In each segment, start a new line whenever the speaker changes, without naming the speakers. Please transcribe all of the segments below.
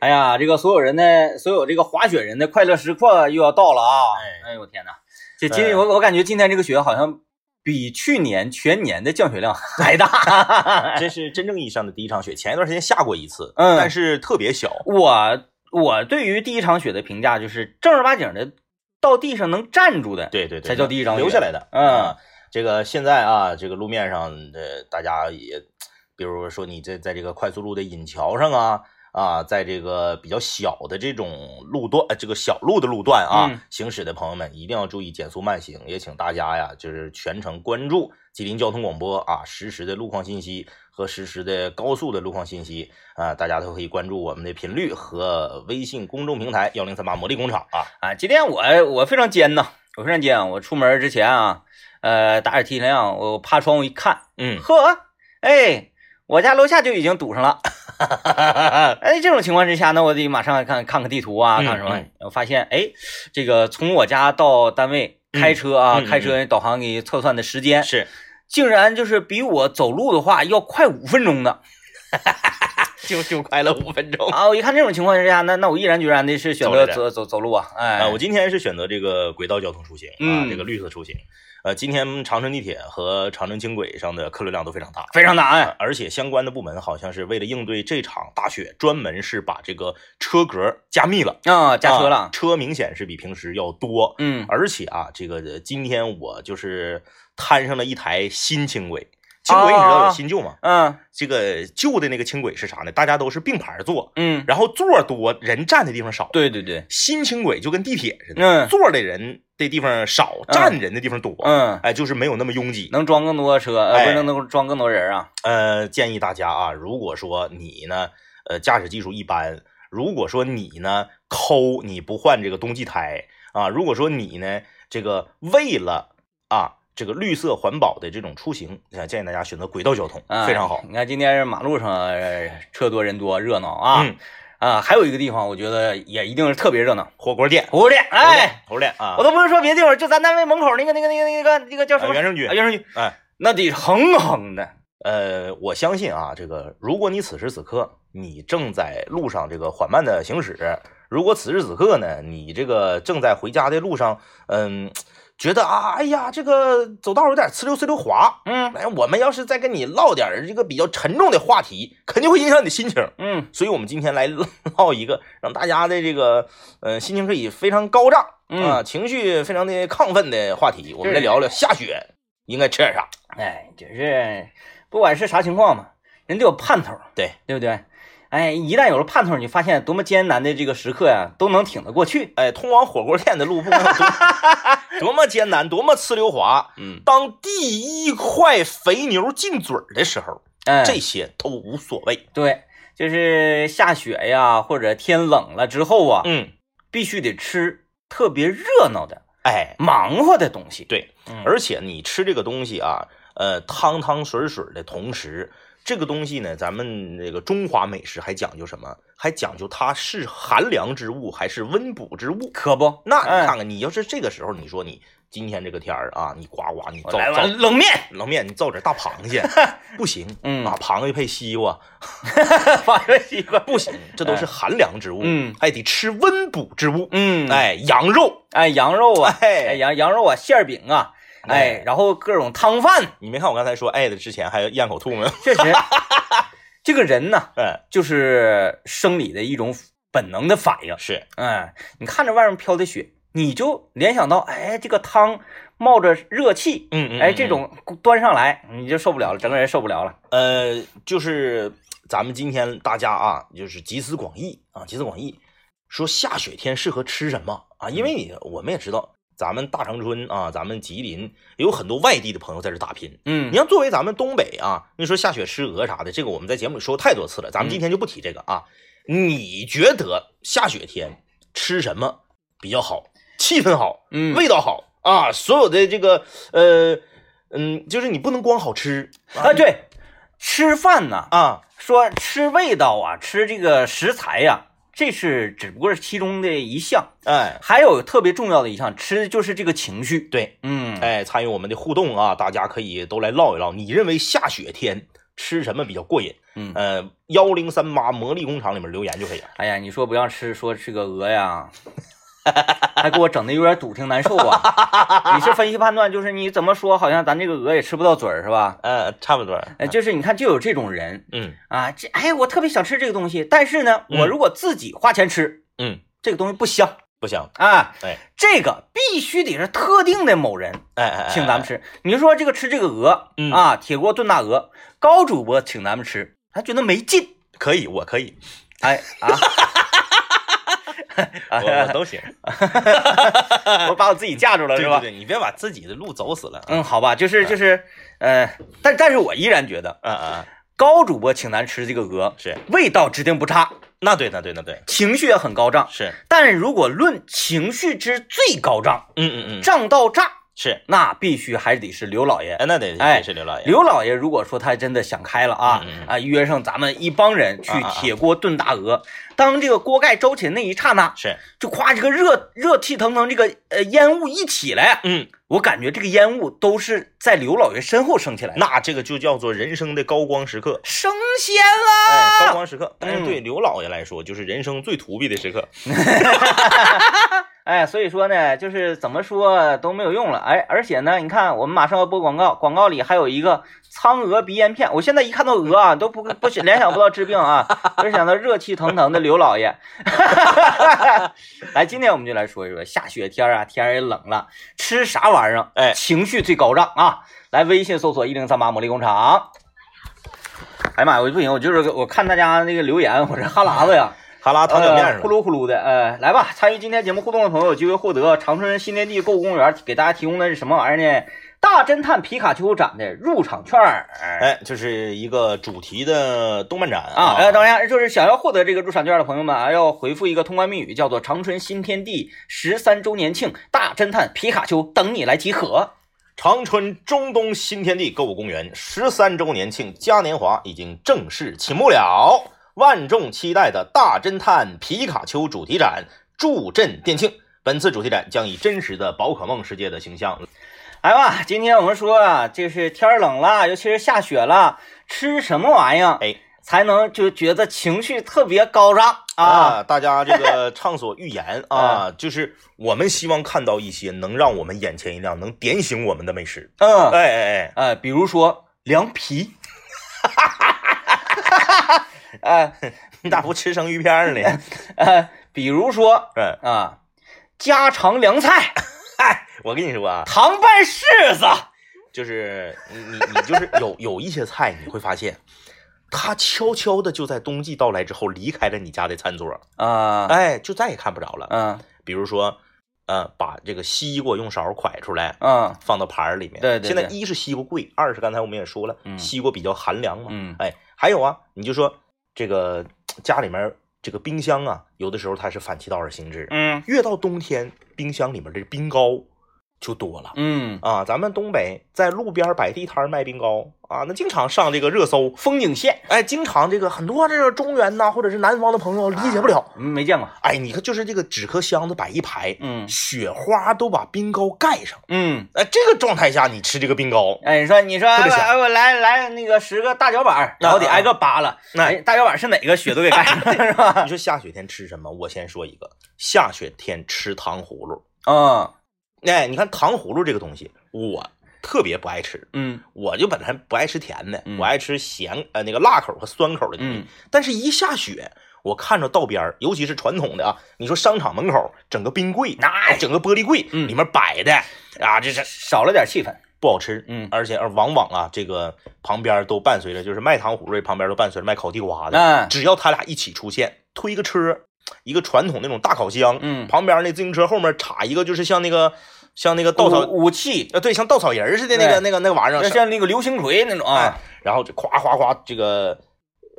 哎呀，这个所有人的所有这个滑雪人的快乐时刻又要到了啊！
哎
哎呦我天哪，呃这今我我感觉今天这个雪好像比去年全年的降雪量还 大。
这是真正意义上的第一场雪。前一段时间下过一次，
嗯
但是特别小。
我我对于第一场雪的评价就是正儿八经的到地上能站住的，
对对对，
才叫第一张
留
脸
下来的。
嗯
啊，这个现在啊，这个路面上呃，大家也，比如说你这在这个快速路的引桥上啊。啊，在这个比较小的这种路段，呃这个小路的路段啊，
嗯
行驶的朋友们一定要注意减速慢行，也请大家呀，就是全程关注吉林交通广播啊，实时的路况信息和实时的高速的路况信息啊，大家都可以关注我们的频率和微信公众平台幺零三八魔力工厂啊，
啊，今天我我非常尖呐，我非常尖啊。我出门之前啊，呃，打点提前量，我趴窗户一看，
嗯，
呵，哎，我家楼下就已经堵上了。 哎，这种情况之下，那我得马上看看个地图啊，
嗯
看什么
嗯？
我发现，哎，这个从我家到单位开车啊，
嗯嗯
开车导航给测算的时间，
嗯是，
竟然就是比我走路的话要快五分钟呢。
就就快乐五分钟
啊，我一看这种情况之下，那那我毅然决然的是选择
哦走
走
了
走走路啊，哎，
啊！我今天是选择这个轨道交通出行啊，
嗯
这个绿色出行。呃，今天长春地铁和长春轻轨上的客流量都非常大，
非常难。哎
而且相关的部门好像是为了应对这场大雪，专门是把这个车格加密了，
啊，加车了，
啊车明显是比平时要多。
嗯，
而且啊，这个今天我就是摊上了一台新轻轨，轻轨你知道有新旧吗？
嗯
这个旧的那个轻轨是啥呢？大家都是并排坐，
嗯，
然后座儿多，人站的地方少。
对对对，
新轻轨就跟地铁似的，
嗯
坐的人的地方少，
嗯
站人的地方多，
嗯，
哎，就是没有那么拥挤。
能装更多车，呃，
哎
不是能能装更多人啊？
呃，建议大家啊，如果说你呢，呃，驾驶技术一般，如果说你呢抠，你不换这个冬季胎啊，如果说你呢这个为了啊这个绿色环保的这种出行，呃建议大家选择轨道交通，
啊，
非常好。
你看今天马路上呃车多人多热闹啊、
嗯，
啊，还有一个地方我觉得也一定是特别热闹，
火锅店，
火锅店。哎，
火锅店啊
我，都不是说别的地方，就咱单位门口那个那个那个那个那个叫什
呃
么？
袁胜军
啊，，袁胜军，
哎，
那得横横的。
呃，我相信啊，这个如果你此时此刻你正在路上这个缓慢的行驶，如果此时此刻呢，你这个正在回家的路上，嗯，觉得啊，哎呀，这个走道有点呲溜呲溜滑，
嗯
哎，我们要是再跟你唠点儿这个比较沉重的话题，肯定会影响你的心情。
嗯
所以，我们今天来唠一个让大家的这个呃心情可以非常高涨
嗯
啊、情绪非常的亢奋的话题。我们来聊聊下雪应该吃点啥。
哎，就是不管是啥情况嘛，人得有盼头，
对
对不对？哎，一旦有了盼头，你发现多么艰难的这个时刻呀、都能挺得过去。
哎，通往火锅店的路不管有多 多么艰难，多么呲溜滑。
嗯，
当第一块肥牛进嘴儿的时候，
哎，
这些都无所谓。
对，就是下雪呀，或者天冷了之后啊，
嗯，
必须得吃特别热闹的、
哎，
忙活的东西。
对，
嗯
而且你吃这个东西啊，呃，汤汤水水的同时，这个东西呢，咱们这个中华美食还讲究什么？还讲究它是寒凉之物还是温补之物？
可不，
那你
哎
看看，你要是这个时候，你说你今天这个天儿啊，你呱呱，你
我
造
来
造
碗冷面，
冷面，你造点大螃 蟹不行，
嗯
啊，螃蟹配西瓜
发个西瓜。
不行，这都是寒凉之物，
哎嗯，
还得吃温补之物，
嗯，哎
哎，羊肉，
哎，羊肉啊，
哎
哎羊羊肉啊，馅儿饼啊，
哎
哎，然后各种汤饭，
你没看我刚才说哎的之前还咽口吐吗？
确实，这个人呢，
哎，
就是生理的一种本能的反应。
是，
哎，你看着外面飘的雪，你就联想到，哎，这个汤冒着热气，
嗯嗯，
哎，
嗯
这，种端上来你就受不了了，整个人受不了了。
呃，就是咱们今天大家啊，就是集思广益啊，集思广益，说下雪天适合吃什么啊？因为
嗯
你我们也知道，咱们大长春啊，咱们吉林也有很多外地的朋友在这打拼，
嗯
你要作为咱们东北啊，你说下雪吃鹅啥的，这个我们在节目里说过太多次了，咱们今天就不提这个啊。你觉得下雪天吃什么比较好？气氛好，
嗯，
味道好啊，所有的这个呃嗯，就是你不能光好吃
啊，对，吃饭呢，
啊，
说吃味道啊，吃这个食材呀、这是只不过是其中的一项，
哎
还有特别重要的一项，吃的就是这个情绪。
对，
嗯，
哎，参与我们的互动啊，大家可以都来唠一唠，你认为下雪天吃什么比较过瘾？
嗯，
呃，幺零三八魔力工厂里面留言就可以了。
哎呀，你说不要吃，说吃个鹅呀，还给我整的有点堵，挺难受啊。你是分析判断，就是你怎么说，好像咱这个鹅也吃不到嘴儿是吧？
呃，差不多。
哎，就是你看，就有这种人
嗯
啊，这哎，我特别想吃这个东西，但是呢，我
嗯
如果自己花钱吃，
嗯，
这个东西不香
不行，
啊。
哎
这个必须得是特定的某人
哎哎，哎
请咱们，吃。你就说这个吃这个鹅、
嗯
啊，铁锅炖大鹅，高主播请咱们吃，他觉得没劲。
哎可以，我可以，
哎啊，
我 我都行，
我把我自己架住了
对
是
对
吧？
对，你别把自己的路走死了。嗯
嗯，好吧，就是就是，呃，但但是我依然觉得
嗯嗯，
高主播请咱吃这个鹅，
是，
味道指定不差，
那对那对那对，
情绪也很高涨。
是，
但是如果论情绪之最高涨，
嗯嗯嗯，
涨到炸，
是，
那必须还得是刘老爷。
哎，那得
哎
得是刘老爷，
刘老爷如果说他真的想开了啊、
嗯嗯嗯
啊，约上咱们一帮人去
啊啊啊
铁锅炖大鹅，当这个锅盖周起那一刹那，
是，
就夸这个热热气腾腾，这个呃烟雾一起来，
嗯，
我感觉这个烟雾都是在刘老爷身后升起来的，
那这个就叫做人生的高光时刻，
升仙了。
哎，高光时刻。但是
嗯
对刘老爷来说，就是人生最土逼的时刻。
哎，所以说呢，就是怎么说都没有用了。哎，而且呢，你看我们马上要播广告，广告里还有一个苍鹅鼻炎片。我现在一看到鹅啊，都不不联想不到治病啊，而想到热气腾腾的刘老爷。 来，今天我们就来说一说下雪天啊，天儿也冷了，吃啥玩意儿？
哎
情绪最高涨啊！来，微信搜索一零三八魔力工厂。哎呀妈呀，我不行，我就是我看大家那个留言，我这哈喇子呀。
哈拉糖脚面
呃
上
呼
了，
噜呼噜的，呃，来吧，参与今天节目互动的朋友有机会获得长春新天地购物公园给大家提供的是什么玩意儿呢？大侦探皮卡丘展的入场券儿。
哎，就是一个主题的动漫展
啊，呃，当然，就是想要获得这个入场券的朋友们啊，要回复一个通关密语，叫做“长春新天地十三周年庆大侦探皮卡丘等你来集合
长春中东新天地购物公园十三周年庆嘉年华已经正式启幕了，万众期待的大侦探皮卡丘主题展助阵店庆。本次主题展将以真实的宝可梦世界的形象”。
来吧，哎今天我们说啊，就是天儿冷了，尤其是下雪了，吃什么玩意儿，
哎，
才能就觉得情绪特别高涨啊？
啊，大家这个畅所欲言啊，就是我们希望看到一些能让我们眼前一亮、能点醒我们的 美食。
嗯
哎，哎哎，
呃，比如说凉皮，呃
你咋哎不吃生鱼片儿呢？
呃，比如说啊、
嗯，
家常凉菜，
我跟你说啊，
糖拌柿子，
就是你你你就是有有一些菜，你会发现，它悄悄的就在冬季到来之后离开了你家的餐桌，
啊、
哎，就再也看不着了。
嗯
比如说，呃，把这个西瓜用勺蒯出来。
嗯
放到盘儿里面，
对对
现在
对
一是西瓜贵，二是刚才我们也说了，
嗯
西瓜比较寒凉嘛。
嗯
哎，还有啊，你就说这个家里面儿这个冰箱啊，有的时候它是反其道而行之，
嗯
越到冬天，冰箱里面的冰糕就多了。
嗯，
啊，咱们东北在路边儿摆地摊儿卖冰糕啊，那经常上这个热搜，
风景线
哎，经常这个很多这个中原呐、或者是南方的朋友理解不了，
嗯没见过，
哎，你看就是这个纸壳箱子摆一排，
嗯
雪花都把冰糕盖上，
嗯。
哎，这个状态下你吃这个 冰糕，
哎，你说，你说，哎
特别
我
香
哎我来来那个十个大脚板儿，然后得
啊啊
挨个扒拉。
那
哎，大脚板是哪个雪都给盖上 了，是吧？
你说下雪天吃什么？我先说一个，下雪天吃糖葫芦。
嗯
哎，你看糖葫芦这个东西，我特别不爱吃，
嗯
我就本来不爱吃甜的，
嗯
我爱吃咸呃那个辣口和酸口的东西。
嗯
但是，一下雪，我看着道边儿，尤其是传统的啊，你说商场门口整个冰柜，那整个玻璃柜、
嗯
里面摆的啊，这是
少了点气氛。
不好吃。
嗯
而且而往往啊，这个旁边都伴随着，就是卖糖葫芦的旁边都伴随着卖烤地瓜的。
嗯
只要他俩一起出现，推个车，一个传统那种大烤箱，
嗯，
旁边那自行车后面插一个，就是像那个像那个稻草，
武武器
呃，对，像稻草人儿似的那个
对
那个那个玩意
要
儿，
像那个流星锤那种
哎
啊。，
然后就夸夸夸这个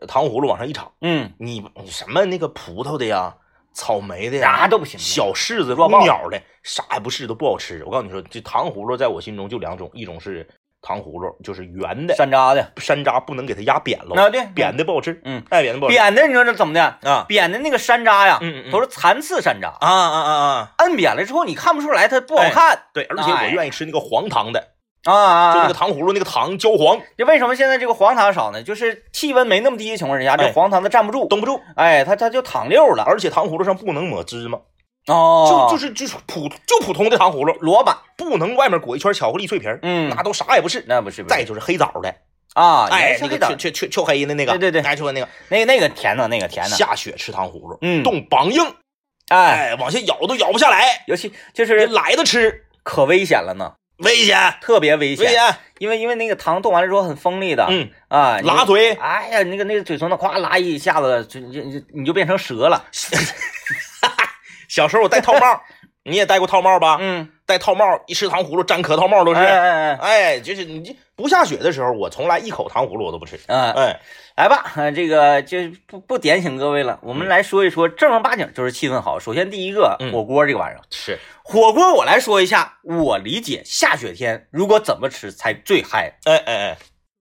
糖葫芦往上一插，
嗯，
你你什么那个葡萄的呀，草莓的
啥
呀。
都不行。啊
小柿子、
弱
公
爆
鸟的，啥也不是，都不好吃。我告诉你说，这糖葫芦在我心中就两种，一种是糖葫芦，就是圆的，
山楂的，
山楂不能给它压扁了，
啊对，
扁的不好吃，
嗯，
哎，扁的不好吃
扁的，你说这怎么的？
啊
扁的那个山楂呀，
嗯嗯嗯
都是残次山楂，
啊啊啊啊！
摁扁了之后你看不出来它不好
哎
看。
对，而且我
哎
愿意吃那个黄糖的，
啊啊！
就那个
啊
糖葫芦那个糖焦黄，
就为什么现在这个黄糖少呢？就是气温没那么低的情况之下，这
哎
黄糖它站不住，
冻不住，
哎，它它就淌溜了。
而且糖葫芦上不能抹芝麻，
哦，
就就是就是普就普通的糖葫芦，
萝卜，
不能外面裹一圈巧克力脆皮儿，
嗯，
那都啥也不是。
那不是不是
再就是黑枣的，
啊，
哎，
那
那
个
个
枣
雀，雀雀雀黑的那个，
对对对
哎，就那个
那个那个甜呐，那个甜呐，
下雪吃糖葫芦，
嗯
冻梆硬，
哎，
哎，往下咬都咬不下来，
尤其就
得
是
来的吃，
可危险了呢，
危险，
特别危
危
险，
险，
因为因为那个糖冻完了之后很锋利的，
嗯，
啊，你
拉嘴，
哎呀，那个那个嘴唇子咵拉一下子，就你你你就变成蛇 了，
啊小时候我戴套帽，你也戴过套帽吧？
嗯，
戴套帽一吃糖葫芦粘壳套帽都
不
是，
哎哎哎，
哎，就是你这不下雪的时候，我从来一口糖葫芦我都不吃。
啊、
哎，
来吧，呃这个就不不点醒各位了，我们来说一说正儿八经就是气氛好。首先第一个
嗯
火锅这个玩意儿，
是
火锅我来说一下，我理解下雪天如果怎么吃才最嗨，
哎哎哎，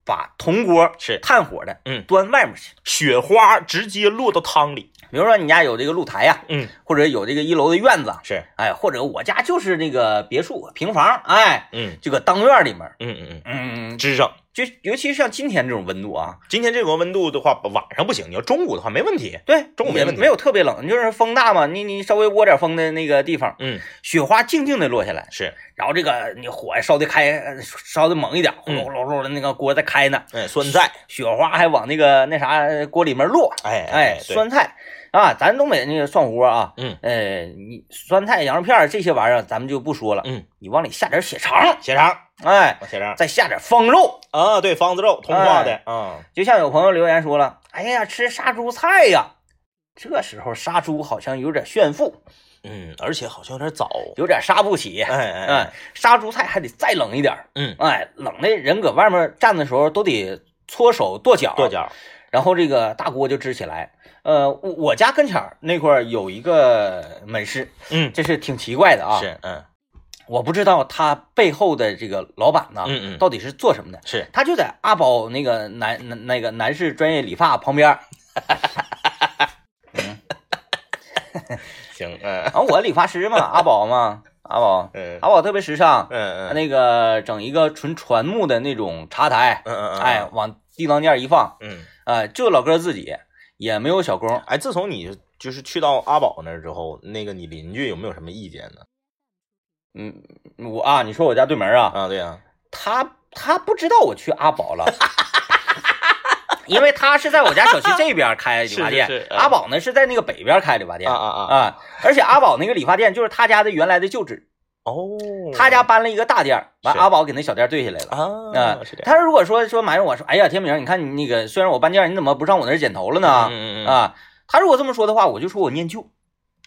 把铜锅
是
炭火的，
嗯
端外面去。
雪花直接落到汤里。
比如说你家有这个露台呀、
嗯，
或者有这个一楼的院子，
是，
哎，或者我家就是那个别墅平房，哎，
嗯
这个当院里面，
嗯嗯
嗯
嗯，，支上。
就尤其是像今天这种温度啊，
今天这个温度的话，晚上不行，你要中午的话没问题。
对，
中午没
也
问题
没有特别冷，就是风大嘛，你你稍微窝点风的那个地方，
嗯，
雪花静静的落下来，
是，
然后这个你火烧的开，呃烧的猛一点，呼
嗯
噜呼噜呼噜的那个锅在开呢，
哎，酸菜，
雪花还往那个那啥呃锅里面落，
哎
哎，
对
酸菜啊，咱东北那个涮锅啊，
嗯，
呃，你酸菜、羊肉片儿这些玩意儿咱们就不说了，
嗯，
你往里下点血肠，
血肠，
哎，
血肠
再下点方肉，
啊，对，方子肉通化的啊，
就像有朋友留言说了，哎呀，吃杀猪菜呀，这时候杀猪好像有点炫富，
嗯，而且好像有点早。
有点杀不起，
哎哎
嗯，杀猪菜还得再冷一点儿，
嗯
哎，冷的人搁外面站的时候都得搓手跺脚，
跺，脚，
然后这个大锅就支起来。呃，我我家跟前儿那块儿有一个门市，
嗯，
这是挺奇怪的啊，
是，嗯
我不知道他背后的这个老板呢，
嗯嗯
到底是做什么的。
是，
他就在阿宝那个男男那个男士专业理发旁边儿，
行，嗯
啊，我理发师 嘛，阿宝嘛，阿宝，
嗯
阿宝特别时尚，
嗯嗯
那个整一个纯船木的那种茶台，
嗯嗯，
哎，往地当间一放，
嗯。
啊，就老哥自己，也没有小工，
哎，自从你就是去到阿宝那儿之后，那个你邻居有没有什么意见呢？
嗯，我啊，你说我家对门啊，
啊，对呀、
他他不知道我去阿宝 了。因为他是在我家小区 这边开理发店，
是是是嗯
阿宝呢是在那个北边开理发
啊，
店
啊啊啊，
啊而且阿宝那个理发店就是他家的原来的旧址，
哦，
他家搬了一个大店儿，完
是
阿宝给那小店对下来了。
啊
啊，
是这样
他如果说说埋怨我说，哎呀，天明，你看你那个，虽然我搬家，你怎么不上我那儿剪头了呢？
嗯嗯嗯
啊，他如果这么说的话，我就说我念旧，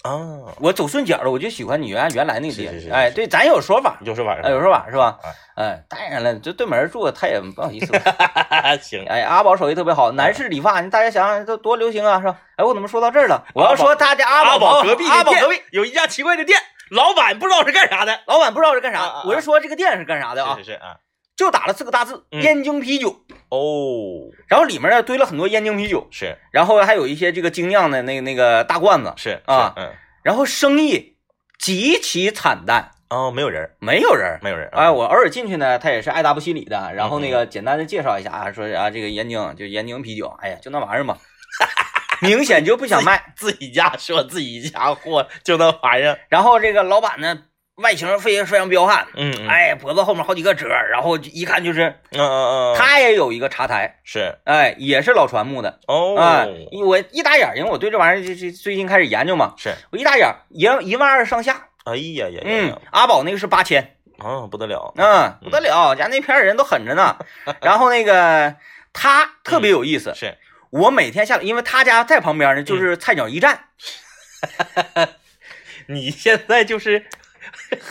啊，
我走顺脚了，我就喜欢你原原来那个地
是是是
方。哎，对，咱有说法，
有时候啊晚上，
哎，有说 法是吧
哎？
哎，当然了，这对门住他也不好意思。
法，行，
哎，阿宝手艺特别好，男士理发，你大家想想这多流行啊，是吧？哎，我怎么说到这儿了？我要说他家
阿
宝
隔壁那
阿宝
店
隔壁
有一家奇怪的店，老板不知道是干啥的，
老板不知道是干
啊啊
啥
啊，
我是说这个店是干啥的啊
是？是是啊，
就打了四个大字：
嗯
燕京啤酒。
哦，
然后里面呢堆了很多燕京啤酒，
是
然后还有一些这个精酿的那那个大罐子，
是
啊
是嗯，
然后生意极其惨淡，
哦，没有人儿，
没有人儿。
没有人儿，嗯
哎，我偶尔进去呢，他也是爱答不理的。然后那个简单的介绍一下啊，说啊这个燕京就燕京啤酒，哎呀就那玩意儿嘛， 明显就不想卖。
自己家说自己家货就那玩意儿，
然后这个老板呢，外形非非常彪悍，
嗯，嗯，
哎脖子后面好几个褶儿，然后一看就是
嗯嗯嗯，
他也有一个茶台，
是
哎也是老船木的，
哦，
哎我一打眼儿，因为我对这玩意儿就就最近开始研究嘛，
是，
我一打眼儿一一万二上下，
哎呀呀呀
嗯
呀，，
阿宝那个是八千，
啊，不得了，
嗯，不得了，家那片儿人都狠着呢。 然后那个他特
嗯
别有意思，
是
我每天下，因为他家在旁边呢，
嗯
就是菜鸟驿站，
你现在就是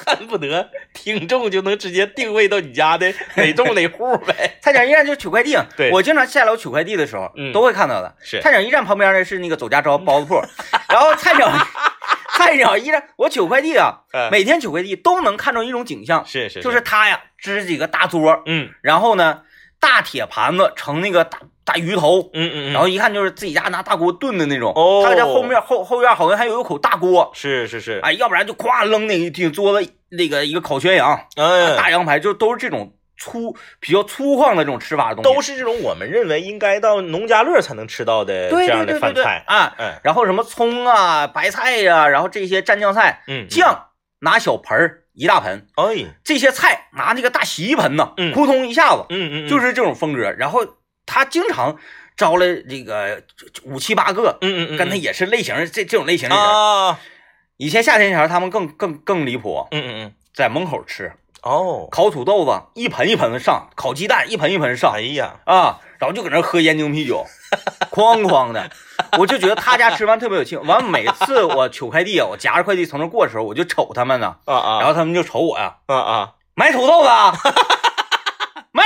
恨不得听众就能直接定位到你家的哪栋哪户呗。
菜鸟驿站就是取快递嘛。
对
我经常下楼取快递的时候，
嗯
都会看到的。
是嗯
菜鸟驿站旁边呢是那个走家招包子铺， 然后菜鸟 菜鸟驿站，我取快递啊，
嗯
每天取快递都能看到一种景象，
是是，
就是他呀支几个大桌，
嗯
然后呢大铁盘子盛那个大大鱼头，
嗯嗯，
然后一看就是自己家拿大锅炖的那种。
哦
他家后面后后院好像还有一口大锅，哎
是是是，
哎，要不然就咵扔那一地桌子那个一个烤全羊、
嗯
大羊排，就都是这种粗比较粗犷的这种吃法的东西，
都是这种我们认为应该到农家乐才能吃到的这
对
样
对
的
对对
饭
对
菜。
啊。
哎，
然后什么葱啊、白菜呀、然后这些蘸酱菜，
嗯，
酱拿小盆儿一大盆，
嗯，哎，
这些菜拿那个大洗衣盆呐，
嗯
扑通一下子，
嗯嗯，嗯
就是这种风格。然后他经常招了这个五七八个，
嗯嗯嗯，
跟他
嗯
也是类型这这种类型的人。
啊，
以前夏天前儿他们更更更离谱，
嗯嗯嗯，
在门口吃
哦，
烤土豆子，一盆一盆的上；烤鸡蛋一盆一盆上
哎呀，
啊，然后就搁那儿喝燕京啤酒，哐哐的。我就觉得他家吃饭特别有劲。完，每次我取快递，啊我夹着快递从那儿过的时候，我就瞅他们呢，
啊啊，
然后他们就瞅我呀、
啊啊，
买土豆子啊，卖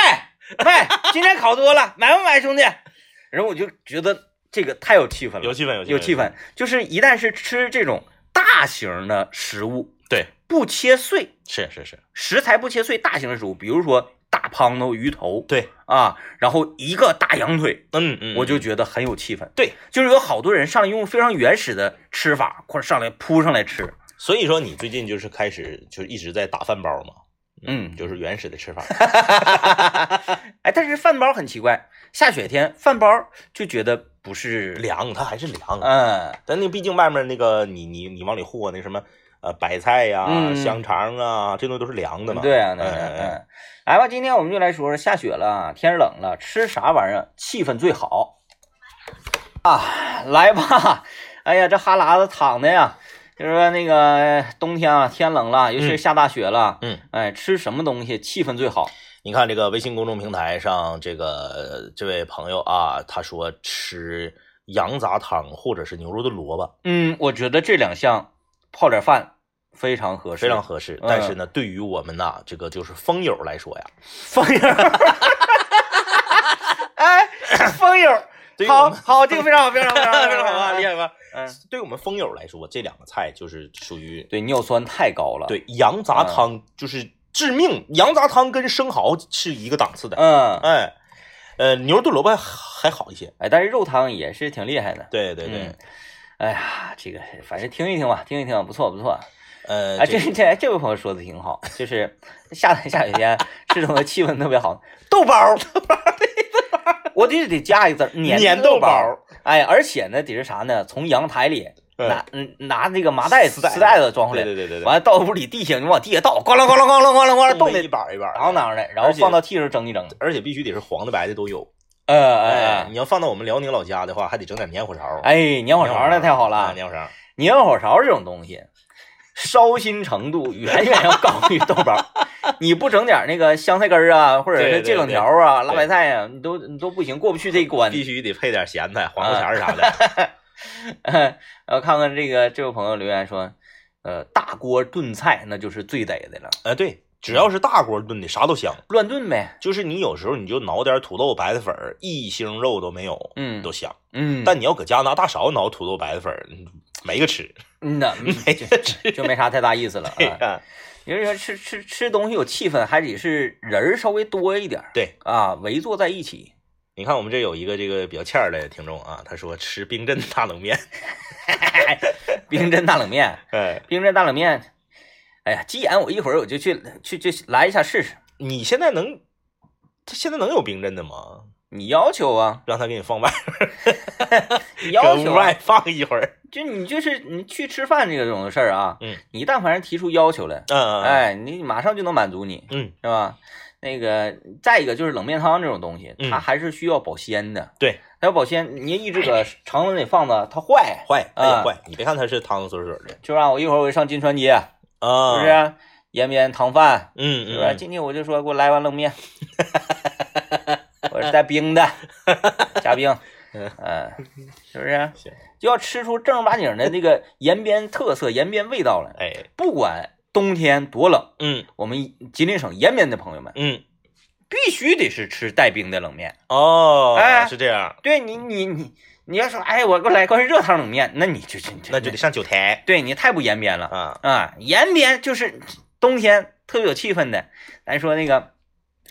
卖，今天烤多了，买不买，兄弟？然后我就觉得这个太有气氛了，
有气氛，有
有气氛，就是一旦是吃这种大型的食物，
对，
不切碎，
是是是，
食材不切碎，大型的食物，比如说大胖头、鱼头，
对
啊，然后一个大羊腿，
嗯嗯，
我就觉得很有气氛。
对，
就是有好多人上来用非常原始的吃法，或者上来扑上来吃，
所以说你最近就是开始就一直在打饭包嘛，
嗯，
就是原始的吃 法，
哎，但是饭包很奇怪，下雪天饭包就觉得不是，
凉，它还是凉，
嗯，
但那毕竟外面那个你你你往里和那什么呃白菜呀、
嗯
香肠啊，这东西都是凉的嘛，
对啊，
嗯
对啊嗯
嗯
嗯，来吧，今天我们就来说说下雪了，啊天冷了，吃啥玩意儿气氛最好啊？来吧，哎呀，这哈喇子淌的呀，就是说那个冬天啊，天冷了，尤其是下大雪了，
嗯，
哎，吃什么东西气氛最好？
你看这个微信公众平台上这个呃这位朋友啊，他说吃羊杂汤或者是牛肉炖萝卜
嗯，我觉得这两项泡点饭非常合适，
非常合适，
嗯
但是呢，对于我们呐这个就是风友来说呀，
风友。哎， 风友，
对于我
好
们
好，这个非常好，非常好，非常好，
非常好啊，厉害吧？
嗯，
对我们风友来说，这两个菜就是属于
对，尿酸太高了。，
对羊杂汤就是致命，羊杂汤跟生蚝是一个档次的。
嗯，
哎，呃，牛炖萝卜还好一些。
哎，但是肉汤也是挺厉害的。
对对对
嗯，哎呀，这个反正听一听吧，听一听，不错不错。
呃，
哎，这这这位朋友说的挺好，就是下下雪天吃东西气氛特别好，豆包儿，豆包儿，我就得加一个字儿，
粘
粘
豆
豆
包
儿
儿。
哎，而且呢，得是啥呢？从阳台里
嗯
拿嗯拿那个麻袋
丝
丝
带
带子装回
对
来，
对对对对，
完了到屋里地下你往地下倒，咣啷咣啷咣啷咣啷咣啷冻
的一
得
板一板
挠
的，
挠的，然后
而且
放到屉上蒸一蒸。
啊而且必须得是黄的白的都有。
呃呃
哎，你要放到我们辽宁老家的话，还得整点黏糊勺。
哎，黏火
黏
肠那太好了
哎，黏糊勺。
粘火勺这种东西，烧心程度远远要高于豆 包。你不整点那个香菜根儿啊，或者
对对
是
对
芥梗条啊、辣白菜啊，你都你都不行，过不去这一关。
必须得配点咸
嗯
菜、黄瓜钱儿啥的。
呃，看看这个这位朋友留言说，呃，大锅炖菜那就是最得的了，
呃，对，只要是大锅炖的，啥都香。
乱炖呗。
就是你有时候你就熬点土豆白菜粉儿，一星肉都没有，
嗯
都香。
嗯，
但你要搁家拿大勺熬土豆白菜粉儿，嗯没个 吃，
嗯呐，
没个吃。
就没啥太大意 思了。啊
啊
有人说吃吃吃东西有气氛，还得是人儿稍微多一点儿
对，
啊，围坐在一 起。
你看我们这有一个这个比较欠儿的听众啊，他说吃冰镇大 冷面，
冰镇大冷面，
哎，
冰镇大冷面，哎呀，既然我一会儿我就去去去来一下试试，
你现在能，他现在能有冰镇的吗？
你要求啊，
让他给你放外，
你
搁
要
屋
求啊、
外放一会儿。
就你就是你去吃饭这个种事儿啊，
嗯，
你但凡是提出要求来，
嗯嗯，嗯，
哎，你马上就能满足你，
嗯，
是吧？那个再一个就是冷面汤这种东西，
嗯
它还是需要保鲜的，
对，
它要保鲜，你一直搁常温里放着，它坏，
坏，它也
啊
坏。你别看它是汤汤水水的
就让我一会儿我上金川街，是
啊，
不是、？延边糖饭，
嗯
是吧？
嗯，
进去我就说给我来碗冷面， 我是带冰的，加冰，
嗯
嗯、是不是
行？
就要吃出正儿八经的那个延边特色、延边味道来。
哎，
不管冬天多冷，
嗯
我们吉林省延边的朋友们
嗯，
必须得是吃带冰的冷面。
哦，
哎
是这样，
对你，你你你要说，哎，我给我来罐热汤冷面，那你就就
那就得上酒台
对你太不延边了。
啊。
啊，延边就是冬天特别有气氛的。咱说那个，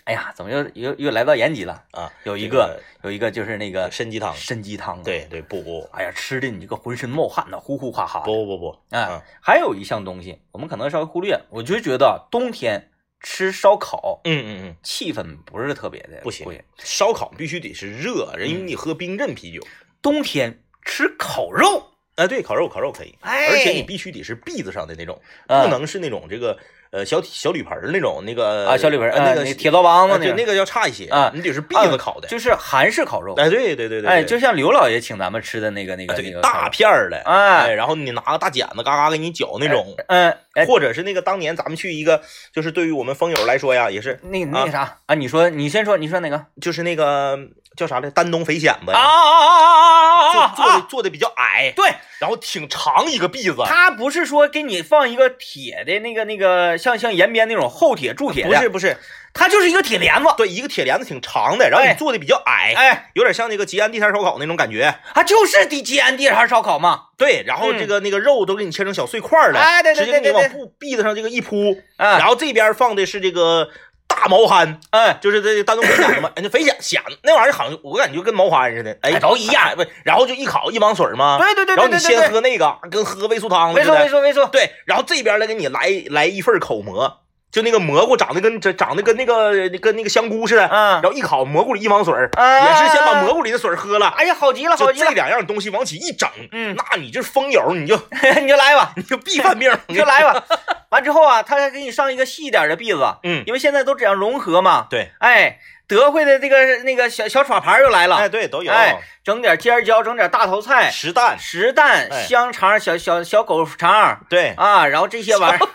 哎呀，怎么又又又来到延吉了？
啊，
有一
这
个有一个就是那个
参鸡汤，
参鸡汤、啊，
对，对，不不
哎呀，吃的你这个浑身冒汗呐，呼呼哈哈的。啊
不不不，嗯
哎，还有一项东西我们可能稍微忽略，我就觉得冬天吃烧烤，
嗯嗯嗯，
气氛不是特别的
不
不
行，烧烤必须得是热，人
嗯
因为你喝冰镇啤酒。
冬天吃烤肉，
哎，对，烤肉烤肉可以，
啊哎
而且你必须得是篦子上的那种，
啊
不能是那种这个呃小小铝盆儿那种那个
啊，小铝盆儿，
呃
啊
那个
铁道帮子
啊对，那
那
个要差一些
啊
你得是篦子烤的，
就是韩式烤肉，
哎，对对对对，
哎，
对
就像刘老爷请咱们吃的那个那
啊
个那
对
个
大片儿的，哎，
哎，
然后你拿个大剪子嘎嘎给你搅那种，
嗯，哎，
或者是那个当年咱们去一个，就是对于我们风友来说呀，也是
那那个啥啊，你说你先说，你说哪个？
就是那个叫啥来，丹东肥蚬子
啊
呀，
啊啊
做做
啊
的
啊！
做的比较矮，
对，
然后挺长一个篦子，
他不是说给你放一个铁的那个那个，像像延边那种厚铁铸铁的，
不是，不是，
它就是一个铁帘子。
对，一个铁帘子挺长的，然后你
哎
做的比较矮，
哎，
有点像那个吉安地摊烧烤那种感觉。
它就是地吉安地摊烧烤嘛。
对，然后这个那个肉都给你切成小碎块儿
嗯
了，
哎对对
直接给
对
你
对
往布篦子上这个一铺，然
啊，
后这边放的是这个大毛蚶，
嗯，
就是这丹东肥蚬嘛，哎那肥蚬蚬那玩意儿好像我感觉就跟毛蚶似的，哎
哎都一样
哎不，然后就一烤一帮水儿嘛，
对对对
然
对
后
对
你先
对对，
喝那个，跟喝味素汤
没
似
错没
的，
错没错，
对，然后这边来给你来来一份口蘑，就那个蘑菇长得跟这长得跟那个跟那个香菇似的，
嗯
然，后一烤蘑菇里一汪水儿，
啊
也是先把蘑菇里的水儿喝了，
哎呀，好极了好
就
极了
这，两样东西往起一整，
嗯，
那你这风友你就
你就来吧，
你就必犯病，
你就来吧。完之后啊，他还给你上一个细一点的篦子，
嗯
因为现在都讲融合嘛。
对，
哎，德惠的这个那个小小耍盘儿又来了，
哎对都有，
哎整点尖椒，整点大头菜，
实蛋
实蛋、
哎
香肠、小小小狗肠
对，
啊，然后这些玩意儿，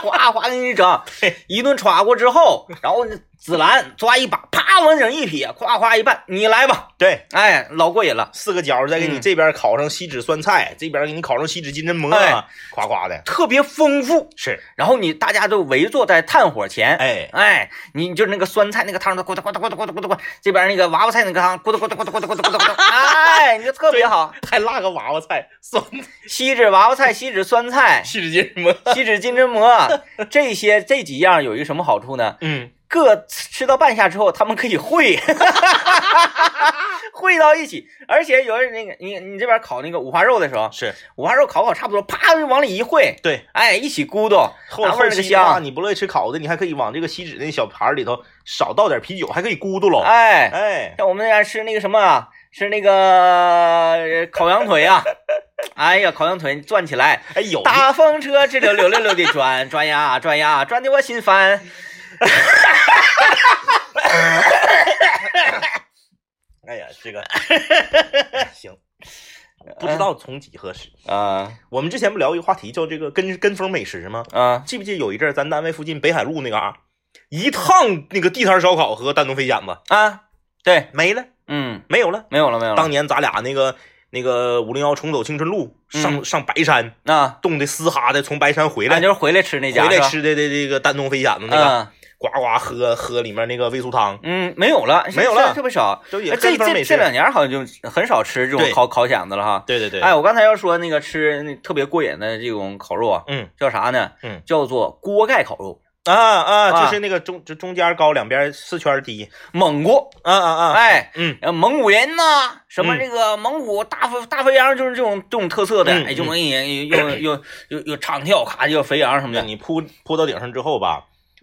哗哗给你整
对，
一顿歘过之后，然后紫兰抓一把，啪往整一撇，夸夸一拌，你来吧，
对，
哎，老过瘾了。
四个角儿再给你
嗯
这边烤上锡纸酸菜，这边给你烤上锡纸金针蘑
哎，
夸夸的，
特别丰富，
是，
然后你大家都围坐在炭火前，
哎，
哎，你你就是那个酸菜那个汤，咕嘟咕嘟咕嘟咕嘟咕嘟咕嘟，这边那个娃娃菜那个汤，咕嘟咕嘟咕嘟咕嘟咕嘟咕嘟咕嘟，哎，你就特别好。
还辣个娃娃菜， 酸
锡纸娃娃菜、锡纸酸菜、
锡纸金针蘑，
锡纸金针蘑，这些这几样有一个什么好处呢？
嗯，
各吃到半夏之后，他们可以 烩，烩到一起。而且有人那个你你这边烤那个五花肉的时候，
是
五花肉烤烤差不多，啪就往里一烩，
对。
哎，一起咕嘟，
后
拿味
后
儿那个
期的话，
香，
你不乐意吃烤的，你还可以往这个锡纸那小盘儿里头少倒点啤酒，还可以咕嘟喽。
哎。
哎，
像我们那家吃那个什么啊，吃那个呃烤羊腿啊，哎呀，烤羊腿转起来，
哎有
大风车直溜溜溜溜地转，转呀转呀转的我心烦。
哎呀，这个行，不知道从几何时，
啊
我们之前不聊一个话题叫这个跟跟风美食吗？
啊
记不记得有一阵儿咱单位附近北海路那嘎、儿，一趟那个地摊烧烤和丹东飞蚬子
啊！对，
没了，
嗯，
没有了。
没有了没有了
当。年咱俩那个那个五零幺重走青春路，上、
嗯
上白山，
那
冻得嘶哈的，从白山回
那
来，
就是回来吃那家
回
是
来
吧？
吃的这这个丹东飞蚬子那个，
嗯
呱呱喝喝里面那个味素汤，
嗯，没有了，
没有了
现在特别少。
就也
哎
跟
这
风
这
美
这
食。
两年好像就很少吃这种
对
烤烤响子了哈。
对对对，
哎，我刚才要说那个吃那特别过瘾的这种烤肉啊，
嗯
叫啥呢？
嗯，
叫做锅盖烤肉，
啊啊，
啊
就是那个中就中间高，两边四圈低，
蒙古，
啊 啊啊，
哎，
嗯，
呃，蒙古人呐，什么
嗯
这个蒙古大肥大肥羊，就是这种这种特色的，
嗯
哎，就容易又又又又长跳，咔就肥羊什么
那
的，
你铺铺到顶上之后吧，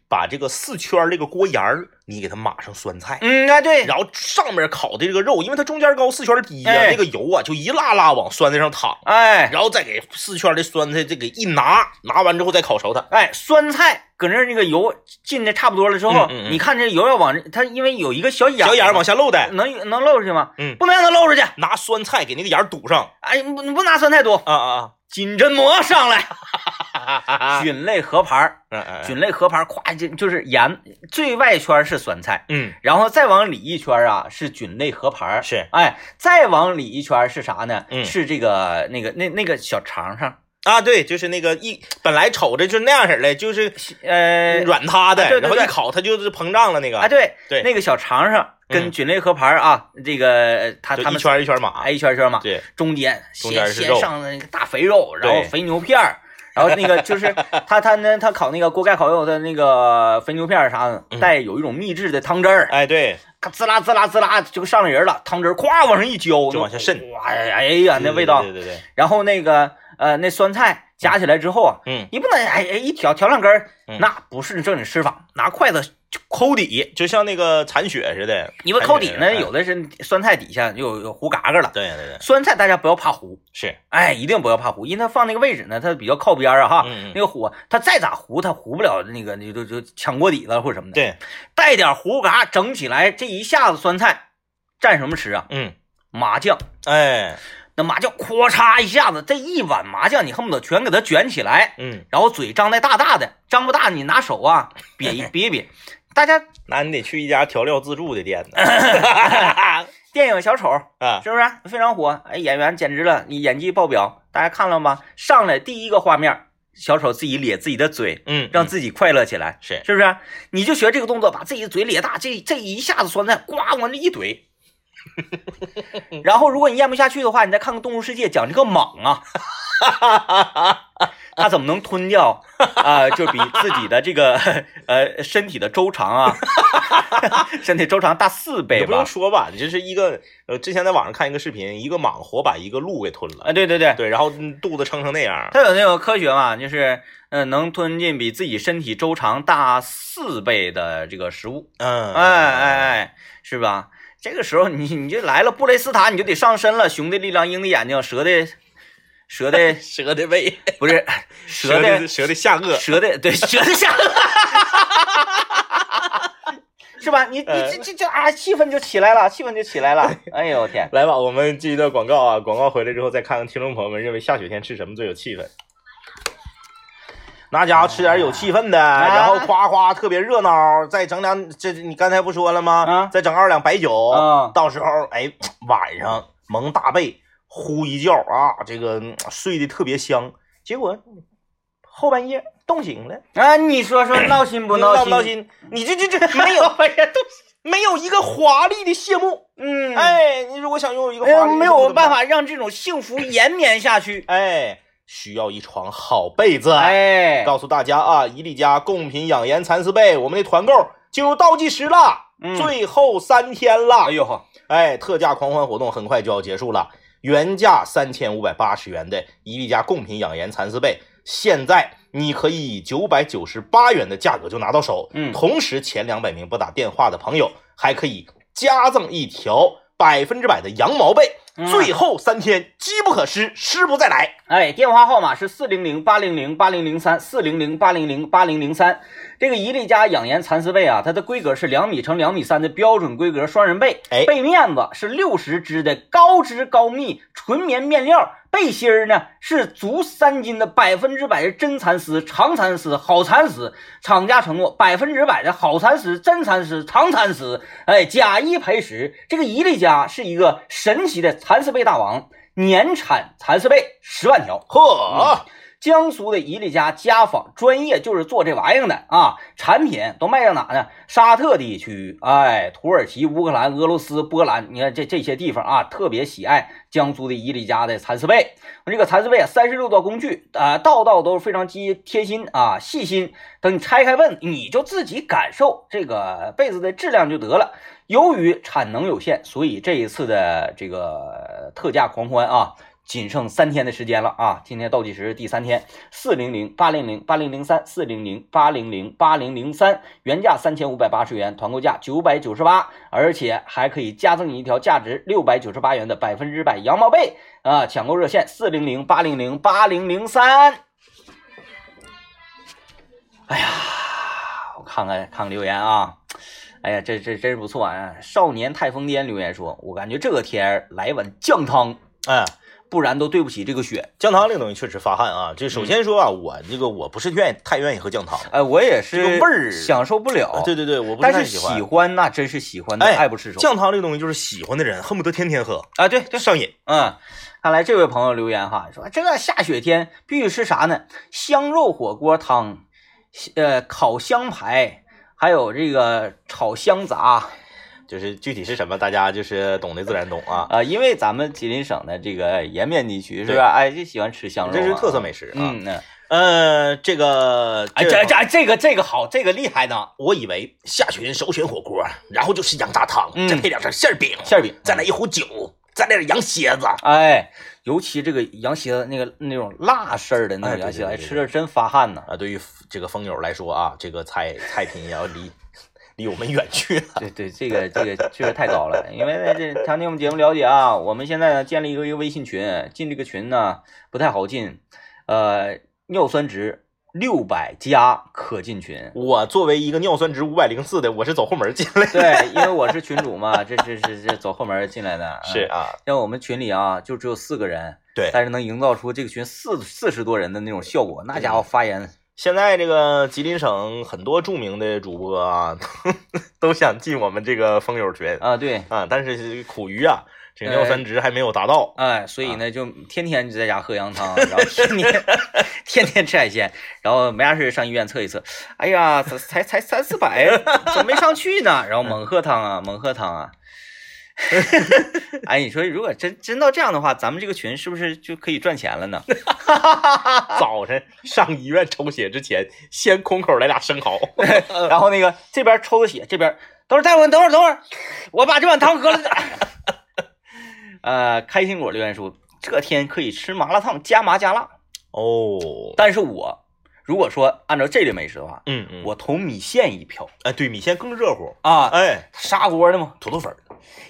把这个四圈这个锅沿儿，你给它码上酸菜，
嗯啊，对，
然后上面烤的这个肉，因为它中间高，四圈低呀、
哎
那个油啊就一辣辣往酸菜上淌，
哎
然后再给四圈的酸菜这给一拿，拿完之后再烤熟它。
哎，酸菜搁那儿那个油进的差不多了之后，
嗯嗯嗯
你看这油要往这它因为有一个小眼儿
小眼儿往下漏的，
能能漏出去吗？
嗯
不能让它漏出去，
拿酸菜给那个眼儿堵上。
哎，你不你不拿酸菜多，
啊啊
金针蘑上来，
啊！
菌类合盘儿，
嗯嗯
菌类合盘儿，咵就就是盐最外圈儿是酸菜，
嗯，
然后再往里一圈儿啊是菌类合盘儿。
是
哎，再往里一圈儿是啥呢？
嗯
是这个那个那那个小肠上，
啊，对，就是那个一本来瞅着就那样式儿的，就是
呃，
软塌的，
啊对对
然后
对
一烤它就是膨胀了那个，
啊，对
对
那个小肠上
嗯
跟菌类合盘儿啊，这个他
就
他
一
们
圈儿一圈儿码。
哎一圈圈嘛，
对，
中间
中间
先
是
先
肉
上那个大肥肉，然后
对
肥牛片儿。然后那 个就是他他呢，他烤那个锅盖烤肉的那个肥牛片儿啥的
嗯，
带有一种秘制的汤汁儿，
哎对，
咔滋啦滋啦滋啦就上了人了，汤汁儿咵往上一浇，
就往下渗
哇哎呀那味道
对对对对，
然后那个呃，那酸菜夹起来之后啊，
嗯，
你不能哎哎一挑挑两根儿
嗯，
那不是正经吃法，拿筷子
就抠底，就像那个铲雪似的，
因为抠底
铲
呢，
雪
有的是酸菜底下有有糊嘎嘎了。
对对对，
酸菜大家不要怕糊，
是，
哎，一定不要怕糊，因为它放那个位置呢，它比较靠边儿啊哈。
嗯嗯
那个火，它再咋糊，它糊不了那个，你就就抢锅底了或者什么的。，
对，
带点糊嘎整起来，这一下子酸菜蘸什么吃啊？
嗯，
麻酱，
哎，
那麻酱咔嚓一下子，这一碗麻酱你恨不得全给它卷起来，
嗯，
然后嘴张得大大的，张不大你拿手啊瘪一瘪一瘪。大家
那你得去一家调料自助的店 呢，
电影小丑
啊，
是不是非常火？哎，演员简直了，你演技爆表，大家看了吗？上来第一个画面，小丑自己咧自己的嘴，
嗯，
让
嗯
自己快乐起来，
是，
是不是？你就学这个动作，把自己嘴咧大，这这一下子酸菜呱往里一 怼。然后，如果你咽不下去的话，你再看看《动物世界》，讲这个蟒啊， 它怎么能吞掉啊、就比自己的这个呃身体的周长啊， 身体周长大四倍
也不用
吧？
说吧，就是一个呃，之前在网上看一个视频，一个蟒活把一个鹿给吞
啊，
了，
对对对，
对，然后嗯肚子撑成那样，
它有那个科学嘛，就是嗯、呃能吞进比自己身体周长大四倍的这个食物，
嗯，
哎哎哎，是吧？这个时候你你就来了布雷斯塔，你就得上身了，熊的力量，鹰的眼睛，蛇的蛇 的
蛇的胃，
不是
蛇
蛇
的
的
蛇的下颚，
蛇的对蛇的下颚。 是吧？你你这这这啊，气氛就起来了，气氛就起来 了。哎呦我天！
来吧，我们进一段广告啊！广告回来之后，再看看听众朋友们认为下雪天吃什么最有气氛。那家伙吃点有气氛的，然后夸夸特别热闹，再整两这你刚才不说了吗？
啊
再整二两白酒，
啊
到时候哎晚上蒙大被，呼一觉啊，这个嗯睡得特别香。结果后半夜冻醒了，
啊，你说说闹心哎不
闹
嗯闹
不闹心？你这这这没有没有一个华丽的谢幕。
嗯，
哎，你如果想拥有一个
哎
华丽的谢幕，
没有
怎么
办
办。
法让这种幸福延绵下去
哎，需要一床好被子。，啊
哎，
告诉大家啊，伊利家贡品养颜蚕丝被，我们的团购进入倒计时了，
嗯
最后三天了。
哎呦呵，
哎，特价狂欢活动很快就要结束了，原价三千五百八十元的伊利家贡品养颜蚕丝被，现在你可以以九百九十八元的价格就拿到手。
嗯
同时前两百名拨打电话的朋友还可以加赠一条百分之百的羊毛被。
嗯
最后三天，机不可失，失不再来。
哎，电话号码是四零零八零零八零零三四零零八零零八零零三。这个伊利家养颜蚕丝被啊，它的规格是两米乘两米三的标准规格双人被，
哎
被面子是六十支的高织高密纯棉面料，被芯儿呢是足三斤的百分之百的真蚕丝、长蚕丝、好蚕丝。厂家承诺百分之百的好蚕丝、真蚕丝、长蚕丝，哎，假一赔十。这个伊利家是一个神奇的蚕丝被大王，年产蚕丝被十万条。
呵，
嗯江苏的伊利家家纺专业就是做这玩意儿的啊，产品都卖到哪呢？沙特地区，哎，土耳其、乌克兰、俄罗斯、波兰，你看这这些地方啊，特别喜爱江苏的伊利家的蚕丝被。这个蚕丝被啊，三十六道工具啊、道道都是非常贴贴心啊，细心。等你拆开问，你就自己感受这个被子的质量就得了。由于产能有限，所以这一次的这个特价狂欢啊，仅剩三天的时间了啊！今天倒计时第三天，四零零八零零八零零三四零零八零零八零零三，原价三千五百八十元，团购价九百九十八，而且还可以加赠你一条价值六百九十八元的百分之百羊毛被啊！抢购热线四零零八零零八零零三。哎呀，我看看看看留言啊。哎呀，这这真是不错啊！少年太疯癫留言说：“我感觉这个天儿来碗酱汤，
哎，
不然都对不起这个雪。
酱汤这个东西确实发汗啊。这首先说啊，我这个我不是愿意太愿意喝酱汤，”
哎，我也
这个
是
味儿
享受啊不了，
对对对，我不
但
太
是
哦喜
喜欢那真是喜欢的，
哎
爱不释手
酱汤这个东西就是喜欢的人恨不得天天喝，
啊！对对，
上瘾。
嗯，看来这位朋友留言哈，说这个下雪天必须吃啥呢？香肉火锅汤，呃，烤香排，还有这个炒香杂。
就是具体是什么，大家就是懂的自然懂啊。
啊，因为咱们吉林省的这个延边地区是
对
吧？哎，就喜欢吃香肉、啊，
这是特色美食啊
嗯，嗯
呃，这个，
哎，这这这个这个好，这个厉害呢。
我以为下雪人首选火锅，然后就是羊杂汤，
嗯
再配两片馅儿饼，
馅儿饼，
再来一壶酒，再来点羊蝎子，啊
哎，尤其这个羊蝎子那个那种辣丝儿的那
哎
种
对
羊蝎
对
子，
对
哎
对
吃着真发汗呐。
啊，对于这个风友来说啊，这个菜菜品也要离离我们远去了。
对对，这个这个确实太高了，因为在这常听我们节目了解啊，我们现在呢建立一个一个微信群，进这个群呢不太好进，呃，尿酸值六百加可进群。
我作为一个尿酸值五百零四的，我是走后门进 来的。
对，因为我是群主嘛，这这这这走后门进来的。
是
嗯，
啊，
像我们群里啊，就只有四个人，
对。
但是能营造出这个群四四十多人的那种效果，那家伙发言
现在这个吉林省很多著名的主播啊， 都想进我们这个风友群
啊，对，
啊，但是苦于啊，这个尿酸值还没有达到。
哎，所以呢，就天天就在家喝羊汤，然后天天 天天吃海鲜，然后没啥事儿上医院测一测，哎呀，才才才三四百，怎么没上去呢？然后猛喝汤啊，猛喝汤啊。哎，你说如果真真到这样的话，咱们这个群是不是就可以赚钱了呢？
早晨上医院抽血之前，先空口来俩生 蚝。
然后那个这边抽的血，这边等会儿大夫，你等会儿等会儿，我把这碗汤喝了。 呃，开心果留言说，这天可以吃麻辣烫，加麻加辣。
哦，
但是我如果说按照这类美食的话，
嗯嗯，
我投米线一票
哎，对，米线更热乎。
啊，
哎，
砂锅的嘛，
土豆粉儿，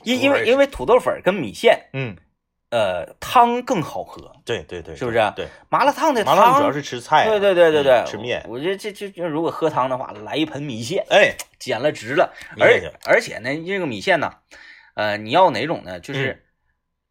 因
土
因
豆粉
为
儿
因为土豆粉儿跟米线，
嗯，
呃，汤更好喝，
对对对，
是不是啊
对，
麻辣烫的
麻
汤
辣烫主要是吃菜啊，
对对对对对
嗯，吃面。
我觉得这这这如果喝汤的话，来一盆米线，
哎，
捡了值了。
米
而
线行
而且呢，这个米线呢，呃，你要哪种呢？
嗯
就是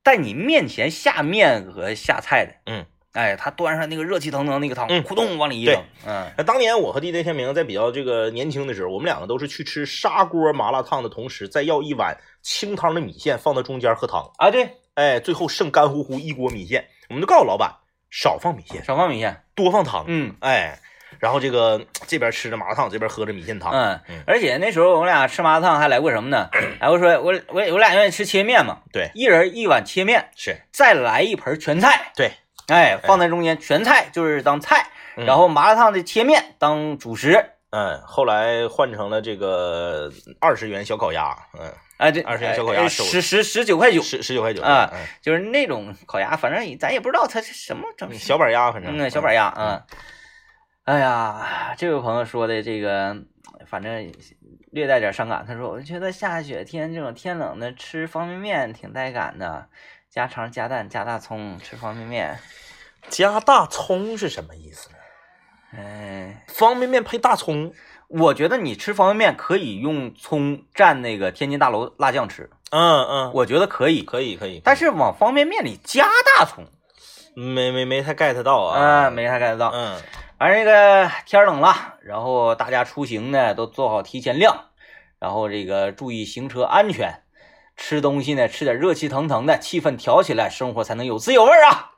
在你面前下面和下菜的，
嗯，
哎，他端上那个热气腾腾那个汤，
嗯
咕咚往里一
对
扔，嗯，
那当年我和 DJ 天明在比较这个年轻的时候，我们两个都是去吃砂锅麻辣烫的同时，再要一碗清汤的米线放到中间喝汤。
啊对，
哎，最后剩干乎乎一锅米线，我们就告诉老板少放米线，
少放米线，
多放汤。
嗯。
哎，然后这个这边吃着麻辣烫，这边喝着米线汤。
嗯
嗯，
而且那时候我们俩吃麻辣烫还来过什么呢？ 来过说，我我我俩愿意吃切面嘛，
对，
一人一碗切面，
是
再来一盆全菜，
对，
哎，放在中间，全菜就是当菜，
嗯
然后麻辣烫的切面当主食，
嗯，后来换成了这个二十元小烤鸭，嗯，
哎，这
二十元小烤鸭
哎
手
十十十九块九，
十十九块九
啊，
嗯
就是那种烤鸭，反正咱也不知道它是什么整
嗯，小板鸭反正
嗯，小板鸭，嗯，哎呀，这位朋友说的这个，反正略带点伤感。他说，我觉得下雪天这种天冷的吃方便面挺带感的，加肠、加蛋、加大葱，吃方便面，
嗯加大葱是什么意思呢？
哎，
方便面配大葱，
我觉得你吃方便面可以用葱蘸那个天津大楼辣酱吃，
嗯嗯，
我觉得可以，
可以可以，
但是往方便面里加大葱，
没没没太 get 到啊，
啊，没太 get 到。
嗯，
反正这个天儿冷了，然后大家出行呢都做好提前量，然后这个注意行车安全，吃东西呢吃点热气腾腾的，气氛调起来，生活才能有滋有味儿啊！